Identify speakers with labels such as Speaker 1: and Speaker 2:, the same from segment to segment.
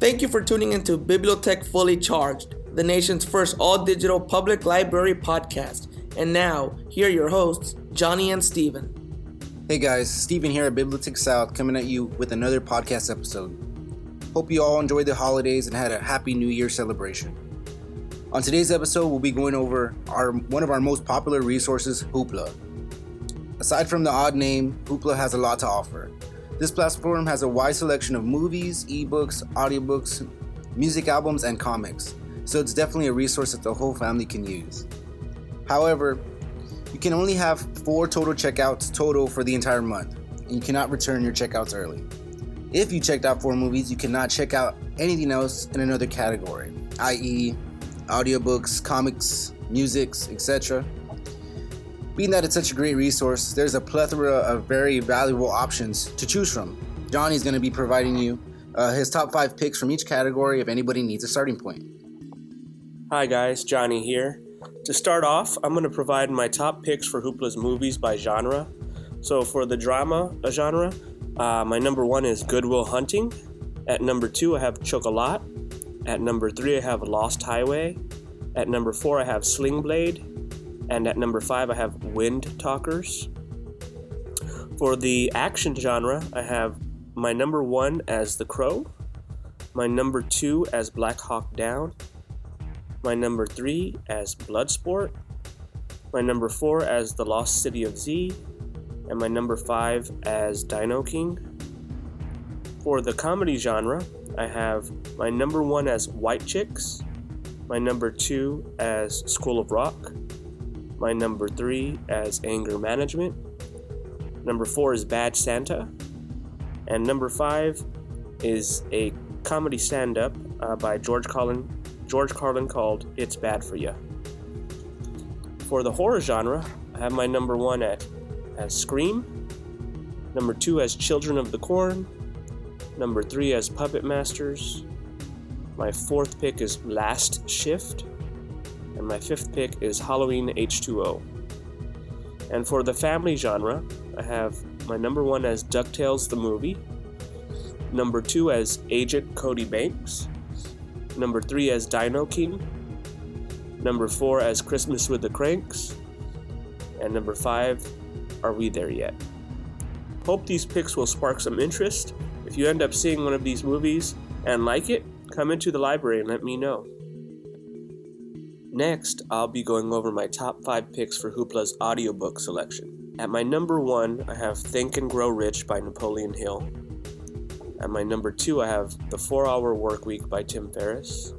Speaker 1: Thank you for tuning into Bibliotech Fully Charged, the nation's first all digital public library podcast. And now, here are your hosts, Johnny and Steven.
Speaker 2: Hey guys, Steven here at Bibliotech South coming at you with another podcast episode. Hope you all enjoyed the holidays and had a happy New Year celebration. On today's episode, we'll be going over our one of our most popular resources, Hoopla. Aside from the odd name, Hoopla has a lot to offer. This platform has a wide selection of movies, ebooks, audiobooks, music albums, and comics, so it's definitely a resource that the whole family can use. However, you can only have four total checkouts total for the entire month, and you cannot return your checkouts early. If you checked out four movies, you cannot check out anything else in another category, i.e., audiobooks, comics, musics, etc. Being that it's such a great resource, there's a plethora of very valuable options to choose from. Johnny's going to be providing you uh, his top five picks from each category if anybody needs a starting point.
Speaker 3: Hi guys, Johnny here. To start off, I'm going to provide my top picks for Hoopla's movies by genre. So for the drama uh, genre, uh, my number one is Goodwill Hunting. At number two, I have Chocolat. At number three, I have Lost Highway. At number four, I have Sling Blade. And at number five, I have Wind Talkers. For the action genre, I have my number one as The Crow, my number two as Black Hawk Down, my number three as Bloodsport, my number four as The Lost City of Z, and my number five as Dino King. For the comedy genre, I have my number one as White Chicks, my number two as School of Rock, my number three as Anger Management, number four is Bad Santa, and number five is a comedy stand-up uh, by George Carlin. George Carlin called "It's Bad for You." For the horror genre, I have my number one at as Scream, number two as Children of the Corn, number three as Puppet Masters. My fourth pick is Last Shift, and my fifth pick is Halloween H2O. And for the family genre, I have my number one as DuckTales the movie, number two as Agent Cody Banks, number three as Dino King, number four as Christmas with the Cranks, and number five, Are We There Yet? Hope these picks will spark some interest. If you end up seeing one of these movies and like it, come into the library and let me know. Next, I'll be going over my top 5 picks for Hoopla's audiobook selection. At my number 1, I have Think and Grow Rich by Napoleon Hill. At my number 2, I have The 4 Hour Work Week by Tim Ferriss.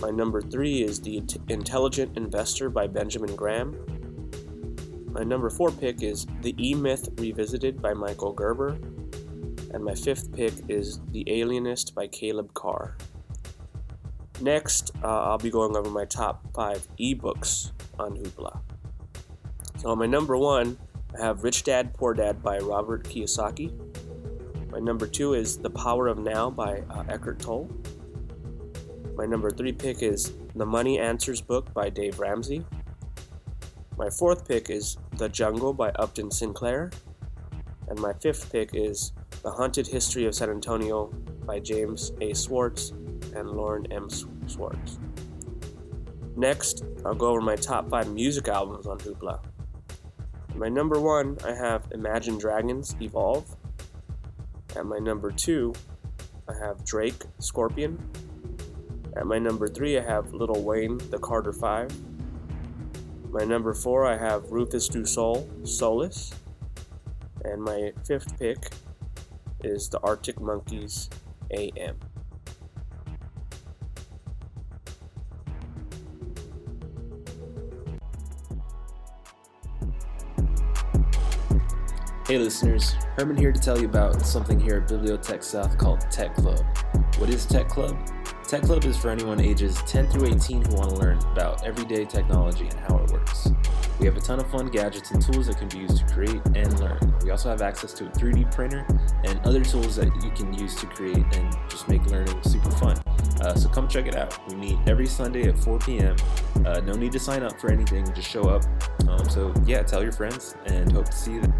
Speaker 3: My number 3 is The Int- Intelligent Investor by Benjamin Graham. My number 4 pick is The E Myth Revisited by Michael Gerber. And my fifth pick is The Alienist by Caleb Carr. Next, uh, I'll be going over my top five ebooks on Hoopla. So, on my number one, I have Rich Dad Poor Dad by Robert Kiyosaki. My number two is The Power of Now by uh, Eckhart Tolle. My number three pick is The Money Answers book by Dave Ramsey. My fourth pick is The Jungle by Upton Sinclair. And my fifth pick is The Haunted History of San Antonio by James A. Swartz and Lauren M. Swartz. Next, I'll go over my top five music albums on Hoopla. At my number one, I have Imagine Dragons Evolve. At my number two, I have Drake Scorpion. At my number three, I have Little Wayne The Carter Five. My number four, I have Rufus Du Sol Solus. And my fifth pick is the Arctic Monkeys AM.
Speaker 4: Hey listeners, Herman here to tell you about something here at Bibliotech South called Tech Club. What is Tech Club? Tech Club is for anyone ages 10 through 18 who want to learn about everyday technology and how it works. We have a ton of fun gadgets and tools that can be used to create and learn. We also have access to a 3D printer and other tools that you can use to create and just make learning super fun. Uh, so come check it out. We meet every Sunday at 4 p.m. Uh, no need to sign up for anything, just show up. Um, so, yeah, tell your friends and hope to see you there.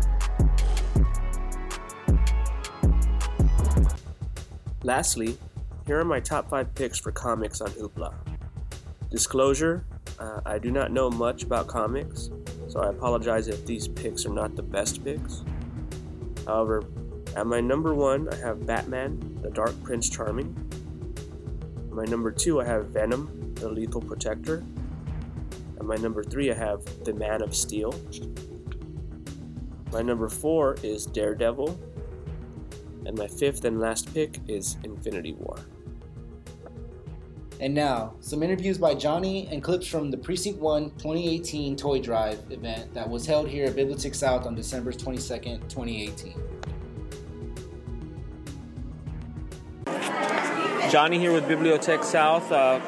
Speaker 5: Lastly, here are my top five picks for comics on Hoopla. Disclosure uh, I do not know much about comics, so I apologize if these picks are not the best picks. However, at my number one, I have Batman, the Dark Prince Charming. At my number two, I have Venom, the Lethal Protector. At my number three, I have The Man of Steel. My number four is Daredevil, and my fifth and last pick is Infinity War.
Speaker 2: And now, some interviews by Johnny and clips from the Precinct 1 2018 Toy Drive event that was held here at Bibliotheque South on December 22nd, 2018.
Speaker 3: Johnny here with Bibliotech South, uh,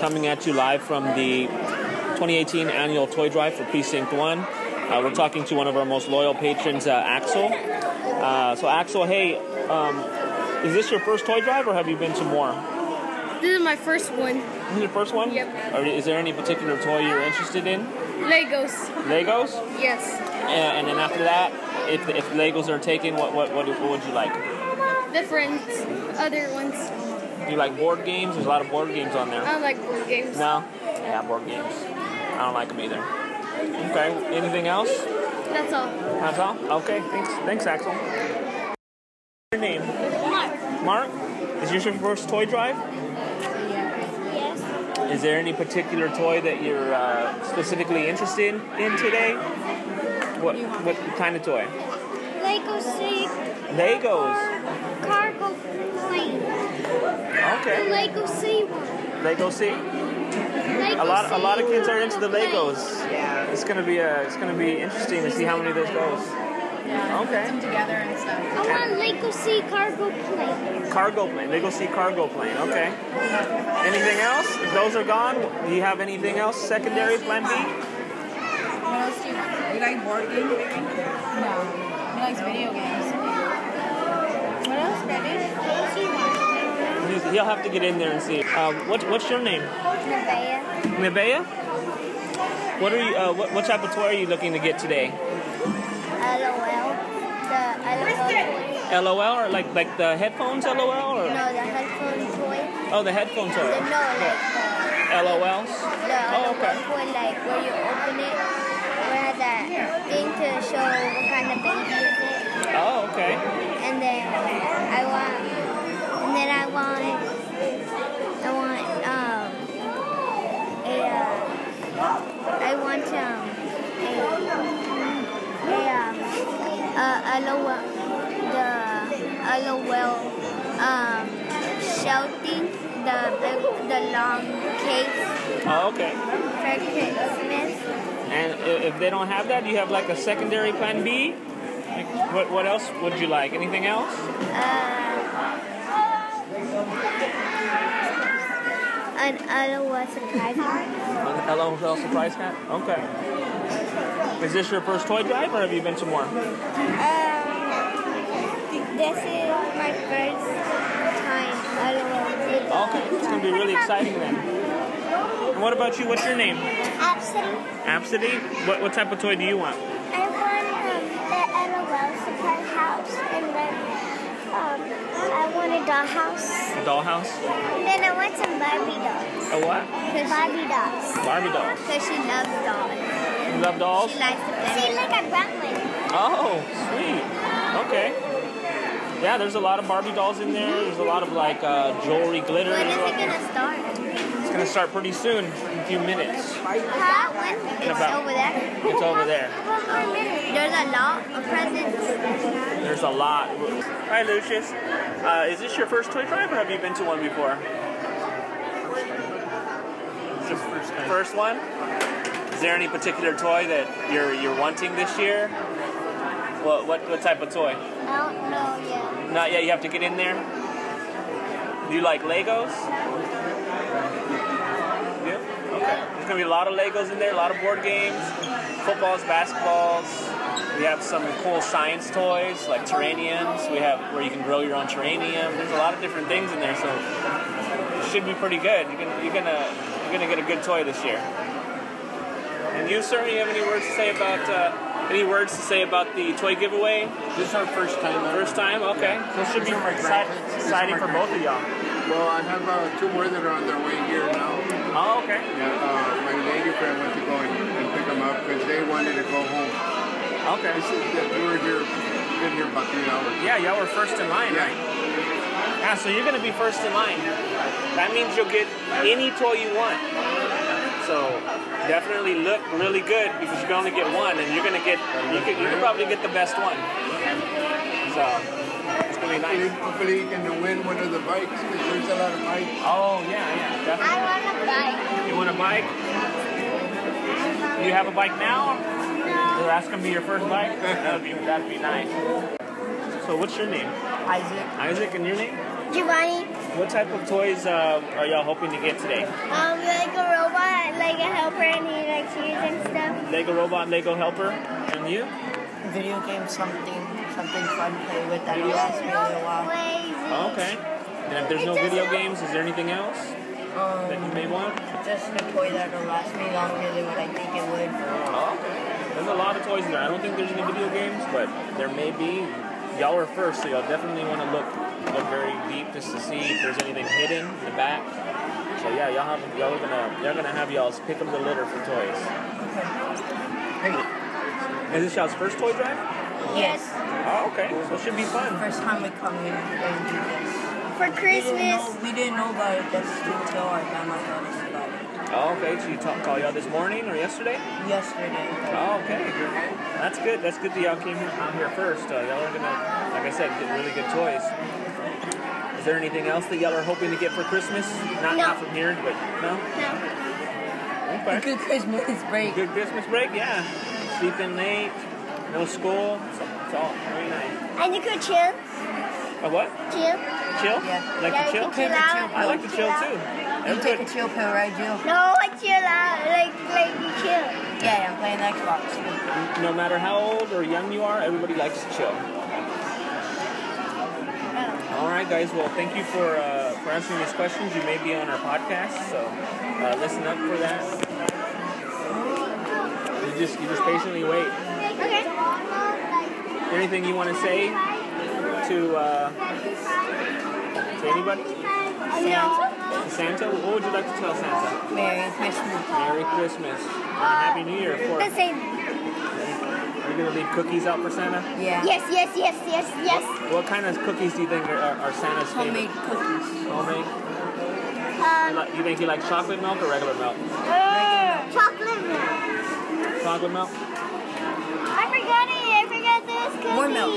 Speaker 3: coming at you live from the 2018 annual toy drive for Precinct 1. Uh, we're talking to one of our most loyal patrons, uh, Axel. Uh, so, Axel, hey, um, is this your first toy drive or have you been to more?
Speaker 6: This is my first one.
Speaker 3: This is your first one?
Speaker 6: Yep.
Speaker 3: Or is there any particular toy you're interested in?
Speaker 6: Legos.
Speaker 3: Legos?
Speaker 6: Yes.
Speaker 3: And, and then after that, if, if Legos are taken, what, what, what, what would you like?
Speaker 6: Different other ones.
Speaker 3: Do you like board games? There's a lot of board games on there.
Speaker 6: I don't like board games.
Speaker 3: No? Yeah, board games. I don't like them either. Okay, anything else?
Speaker 6: That's all.
Speaker 3: That's all? Okay, thanks. Thanks, Axel. Your name? Mark? Is this your first toy drive?
Speaker 6: Yes.
Speaker 3: Is there any particular toy that you're uh, specifically interested in today? What, what kind of toy?
Speaker 6: Lego city
Speaker 3: Legos.
Speaker 6: cargo plane.
Speaker 3: Okay.
Speaker 6: Lego city one.
Speaker 3: Lego see?
Speaker 6: Lego
Speaker 3: A lot a lot of kids are into the Legos. Yeah. It's gonna be uh, it's gonna be interesting to see how many of those goes.
Speaker 7: Yeah,
Speaker 3: Okay.
Speaker 7: Put them together and stuff.
Speaker 6: I want Lego city cargo plane.
Speaker 3: Cargo plane. Lego see cargo plane. Okay. Anything else? If those are gone, do you have anything else? Secondary plan B?
Speaker 7: What else do you want? You like board games? Maybe? No. He likes video games. What else, Daddy? What else do you want?
Speaker 3: He's- He'll have to get in there and see. Um, what, what's your name? Nevaeh? What are you? Uh, what, what type of toy are you looking to get today?
Speaker 6: LOL. The LOL.
Speaker 3: LOL or like like the headphones? LOL or
Speaker 6: No, the headphone toy.
Speaker 3: oh the headphone
Speaker 6: The, no,
Speaker 3: toy.
Speaker 6: like the.
Speaker 3: LOLs.
Speaker 6: The
Speaker 3: Oh,
Speaker 6: other
Speaker 3: okay.
Speaker 6: one for like where you open it, where that thing to show what kind of baby is it,
Speaker 3: Oh okay.
Speaker 6: and then I want, and then I want, I want um a, uh, I want um a a um a LOL the LOL um shouting the big the long case
Speaker 3: Oh okay.
Speaker 6: for Christmas.
Speaker 3: And i- if they don't have that, do you have like a secondary plan B? Like, what what else would you like? Anything else?
Speaker 6: Uh, an Ottawa surprise party.
Speaker 3: An LOL surprise hat. Okay. Is this your first toy drive, or have you been to more?
Speaker 6: Um, this is my first time Ottawa.
Speaker 3: Okay, it's gonna be really exciting then. And what about you? What's your name?
Speaker 6: Absolutely.
Speaker 3: Absidy. What what type of toy do you want?
Speaker 6: I want um, the LOL surprise house and then um, I want a dollhouse.
Speaker 3: A dollhouse.
Speaker 6: And then I want some Barbie dolls.
Speaker 3: A what?
Speaker 6: Barbie dolls.
Speaker 3: Barbie doll.
Speaker 6: Because she loves dolls.
Speaker 3: You love dolls?
Speaker 6: She likes to play. See, look, I brought one.
Speaker 3: Oh, sweet. Okay. Yeah, there's a lot of Barbie dolls in there. There's a lot of like uh, jewelry, glitter.
Speaker 6: When
Speaker 3: and
Speaker 6: is
Speaker 3: stuff.
Speaker 6: it gonna start?
Speaker 3: It's gonna start pretty soon, in a few minutes.
Speaker 6: That one is
Speaker 3: About-
Speaker 6: over there.
Speaker 3: It's over there.
Speaker 6: There's a lot of presents.
Speaker 3: There's a lot. Hi, Lucius. Uh, is this your first toy drive, or have you been to one before? It's your first time. First one. Is there any particular toy that you're you're wanting this year? What what, what type of toy?
Speaker 6: I don't know yet.
Speaker 3: Not yet. You have to get in there. Do you like Legos? Yeah. Okay. There's gonna be a lot of Legos in there, a lot of board games, footballs, basketballs. We have some cool science toys like terraniums. We have where you can grow your own terranium. There's a lot of different things in there, so it should be pretty good. You're gonna you're gonna you're gonna get a good toy this year. And you, sir, you have any words to say about uh, any words to say about the toy giveaway?
Speaker 8: This is our first time. out.
Speaker 3: First time, okay. So it should be
Speaker 8: These are my
Speaker 3: exciting,
Speaker 8: grandkids. These are
Speaker 3: exciting
Speaker 8: my
Speaker 3: for both of y'all.
Speaker 8: Well, I have uh, two more that are on their way here now.
Speaker 3: Oh, okay.
Speaker 8: Yeah, uh, my lady friend went to go and, and pick them up because they wanted to go home.
Speaker 3: Okay.
Speaker 8: This is that we were here, been here about three hours.
Speaker 3: Yeah, y'all were first in line, right?
Speaker 8: Yeah,
Speaker 3: Yeah, so you're gonna be first in line. That means you'll get any toy you want. So definitely look really good because you can only get one, and you're gonna get you can, you can probably get the best one. So it's gonna be
Speaker 8: Hopefully-
Speaker 3: nice.
Speaker 8: hopefully you can win one of the bikes because there's a lot of bikes.
Speaker 3: Oh yeah, yeah,
Speaker 6: I
Speaker 3: definitely.
Speaker 6: want a bike.
Speaker 3: You want a bike? You have a bike now? So that's gonna be your first bike. That'd be that'd be nice. So what's your name?
Speaker 9: Isaac.
Speaker 3: Isaac, and your name?
Speaker 6: Giovanni,
Speaker 3: What type of toys uh, are y'all hoping to get today?
Speaker 6: um, like a robot, like a helper, and he likes shoes and stuff.
Speaker 3: Lego robot, Lego helper, and you?
Speaker 9: Video game something, something fun to play with that lasts me a little while.
Speaker 6: Lazy.
Speaker 3: Oh, okay. And if there's no video games, is there anything else that you may want?
Speaker 9: Just a toy that'll last me longer than what I think it would.
Speaker 3: Oh, okay. There's a lot of toys in there. I don't think there's any video games, but there may be. Y'all are first, so y'all definitely want to look look very deep just to see if there's anything hidden in the back. So yeah, y'all have y'all are gonna y'all gonna have y'all's pick up the litter for toys. Is this y'all's first toy drive?
Speaker 9: Yes.
Speaker 3: Oh, okay. So it should be fun.
Speaker 9: First time we come here and do this.
Speaker 6: For
Speaker 9: We didn't
Speaker 6: Christmas,
Speaker 9: know, we didn't know about it just until our grandma told us about it.
Speaker 3: Oh, okay. So you talk, call y'all this morning or yesterday?
Speaker 9: Yesterday.
Speaker 3: Oh, okay. That's good. That's good that y'all came out here first. Uh, y'all are gonna, like I said, get really good toys. Is there anything else that y'all are hoping to get for Christmas? Not,
Speaker 6: No.
Speaker 3: not from here, but no.
Speaker 6: no.
Speaker 3: Okay.
Speaker 9: Good Christmas break.
Speaker 3: Good Christmas break, yeah. Sleeping late, no school. It's, it's all very nice.
Speaker 6: And you could chill,
Speaker 3: A what?
Speaker 6: chill.
Speaker 3: Chill?
Speaker 9: Yeah.
Speaker 3: Like to
Speaker 6: yeah, you
Speaker 3: chill?
Speaker 6: Can chill
Speaker 9: Take a
Speaker 6: out.
Speaker 9: chill.
Speaker 3: I like to chill too.
Speaker 9: You
Speaker 3: That's
Speaker 9: take a
Speaker 3: good.
Speaker 9: chill pill, right, Jill?
Speaker 6: No, I chill out, like like you chill.
Speaker 9: Yeah, yeah, I'm playing Xbox.
Speaker 3: No matter how old or young you are, everybody likes to chill. All right, guys. Well, thank you for uh, for answering these questions. You may be on our podcast, so uh, listen up for that. You just you just patiently wait.
Speaker 6: Okay.
Speaker 3: Anything you want to say to uh, to anybody?
Speaker 6: No.
Speaker 3: Santa, what would you like to tell Santa?
Speaker 9: Merry Christmas.
Speaker 3: Merry Christmas and a Happy New Year, of
Speaker 6: The
Speaker 3: course.
Speaker 6: same.
Speaker 3: Are you gonna leave cookies out for Santa?
Speaker 9: Yeah.
Speaker 6: Yes, yes, yes, yes, yes.
Speaker 3: What kind of cookies do you think are, are, are Santa's
Speaker 9: Homemade
Speaker 3: favorite?
Speaker 9: cookies.
Speaker 3: Homemade. You
Speaker 6: Um,
Speaker 3: like- You think he likes chocolate milk or regular milk?
Speaker 6: uh, chocolate milk.
Speaker 3: Chocolate milk.
Speaker 6: I forgot it. I forgot those cookies.
Speaker 9: More milk.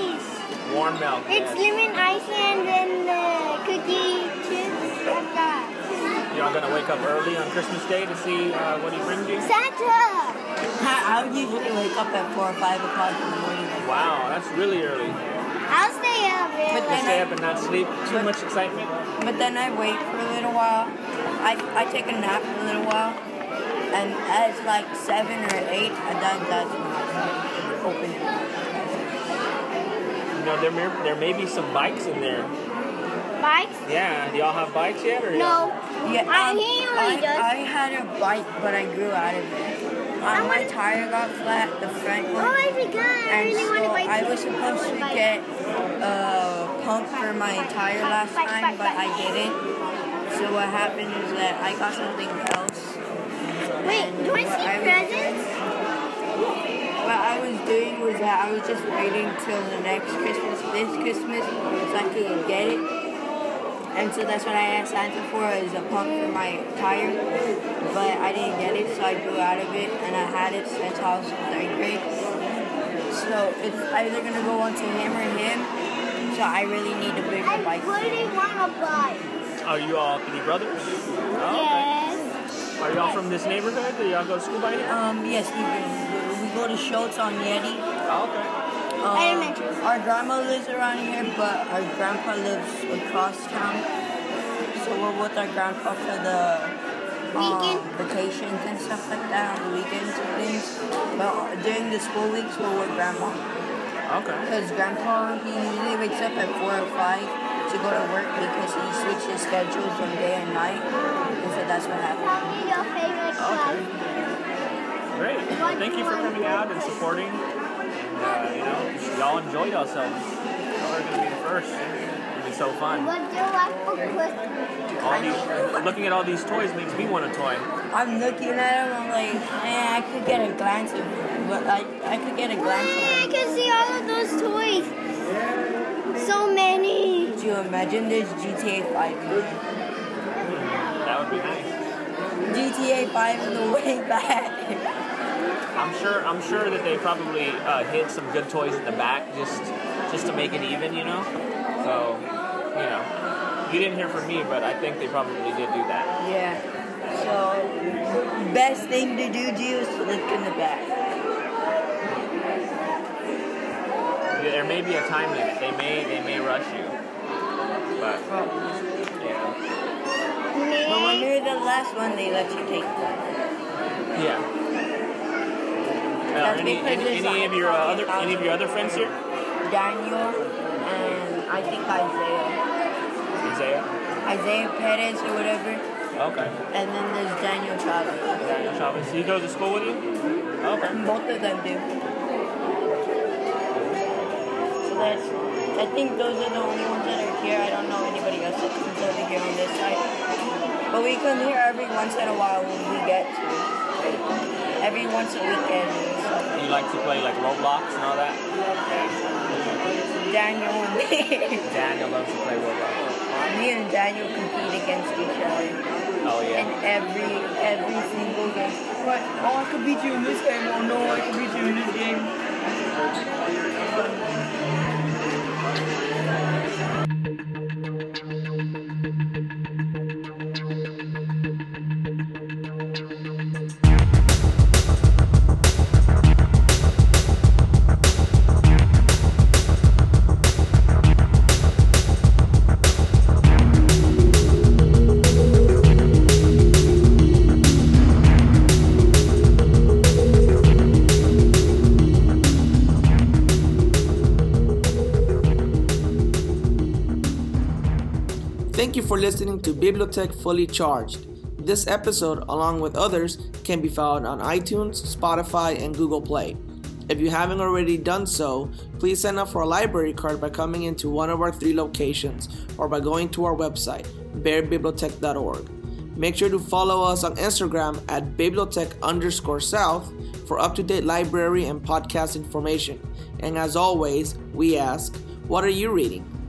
Speaker 3: Warm milk.
Speaker 6: It's
Speaker 3: yes.
Speaker 6: lemon ice and then uh, cookie chips. I forgot.
Speaker 3: You're all gonna wake up early on Christmas Day to see uh, what he brings you.
Speaker 6: Santa.
Speaker 9: I, I usually wake up at 4 or 5 o'clock in the morning.
Speaker 3: Wow, that's really early.
Speaker 6: I'll stay up.
Speaker 9: But
Speaker 3: To
Speaker 6: really.
Speaker 9: then
Speaker 3: stay
Speaker 9: I,
Speaker 3: up and not sleep. Too much excitement.
Speaker 9: but then I wait for a little while. I, I take a nap for a little while. And as like 7 or 8, and then that's when I start opening
Speaker 3: You know, there may, there may be some bikes in there.
Speaker 6: Bikes?
Speaker 3: Yeah, do y'all have bikes yet? Or y'all-
Speaker 6: No.
Speaker 9: Yeah, um,
Speaker 6: I- he usually
Speaker 9: I,
Speaker 6: does.
Speaker 9: I had a bike, but I grew out of it.
Speaker 6: I
Speaker 9: Um, my
Speaker 6: want-
Speaker 9: tire got flat, the front
Speaker 6: Oh,
Speaker 9: one.
Speaker 6: I forgot. I
Speaker 9: and
Speaker 6: really
Speaker 9: so
Speaker 6: want to buy
Speaker 9: I was
Speaker 6: two.
Speaker 9: supposed to
Speaker 6: want a bike.
Speaker 9: get a pump for my tire last
Speaker 6: Bike,
Speaker 9: time,
Speaker 6: bike,
Speaker 9: but I
Speaker 6: bike.
Speaker 9: didn't. So what happened is that I got something else.
Speaker 6: Wait, do I see presents?
Speaker 9: What I was doing was that I was just waiting till the next Christmas, this Christmas, so I could get it. And so that's what I asked Santa for is a pump for my tire. But I didn't get it, so I grew out of it, and I had it since I was in third grade. So it's either gonna go on to him or him. So I really need a bigger
Speaker 6: I
Speaker 9: bike.
Speaker 6: really want a bike.
Speaker 3: Are you all three brothers? Oh,
Speaker 6: Yes.
Speaker 3: okay. Are y'all from this neighborhood? Do y'all go to school by here?
Speaker 9: Um, yes, we do. We go to Schultz on Yeti.
Speaker 3: Oh, okay.
Speaker 9: Um,
Speaker 6: Elementary.
Speaker 9: Our grandma lives around here, but our grandpa lives across town. So were with our grandpa for the um, vacations and stuff like that on the weekends and things. But during the school weeks, we're with grandma.
Speaker 3: Okay.
Speaker 9: Because grandpa, he usually wakes up at 4 or 5 to go to work because he switched his schedule from day and night. And so that's what happened.
Speaker 6: Tell me your favorite song.
Speaker 3: Great. Well, Thank you for coming out and supporting. Uh, you know, y'all enjoyed ourselves. Y'all are gonna be the first. It'll be so fun.
Speaker 6: What do you want for Christmas?
Speaker 3: All these, looking at all these toys makes me want a toy.
Speaker 9: I'm looking at him, I'm like, eh, I could get a glance of but I, I could get a glance of
Speaker 6: Wow, I can see all of those toys. So many.
Speaker 9: Do you imagine there's GTA 5?
Speaker 3: That would be nice.
Speaker 9: GTA 5 on the way back.
Speaker 3: I'm sure. I'm sure that they probably uh, hid some good toys in the back just just to make it even. You know. So, you know, you didn't hear from me, but I think they probably did do that.
Speaker 9: yeah. So, best thing to do, Gio, is to look in the back.
Speaker 3: There may be a time limit. They may they may rush you. But yeah,
Speaker 9: But when you're the last one, they let you take one.
Speaker 3: yeah. Are
Speaker 9: That's
Speaker 3: any,
Speaker 9: because
Speaker 3: any,
Speaker 9: there's
Speaker 3: any
Speaker 9: a
Speaker 3: of your uh,
Speaker 9: high
Speaker 3: other any of your other friends here?
Speaker 9: Daniel and I think Isaiah.
Speaker 3: Isaiah.
Speaker 9: Isaiah Perez or whatever.
Speaker 3: Okay.
Speaker 9: And then there's Daniel Chavez.
Speaker 3: Daniel Chavez. He goes to school with you. Okay.
Speaker 9: Both of them do. So that's, I think those are the only ones that are here. I don't know anybody else that comes over here on this side. But we come here every once in a while when we get to. Every once a weekend. So
Speaker 3: You like to play like Roblox and all that.
Speaker 9: Daniel and me.
Speaker 3: Daniel loves to play Roblox.
Speaker 9: me and Daniel compete against each other.
Speaker 3: Oh
Speaker 9: And
Speaker 3: yeah.
Speaker 9: every, every single game.
Speaker 10: What? Oh, I could beat you in this game. Oh no, I could beat you in this game.
Speaker 1: Thank you for listening to Bibliotech Fully Charged. This episode, along with others, can be found on iTunes, Spotify, and Google Play. If you haven't already done so, please sign up for a library card by coming into one of our three locations or by going to our website, bearbibliotech.org. Make sure to follow us on Instagram at bibliotech underscore south for up to date library and podcast information. And as always, we ask, what are you reading?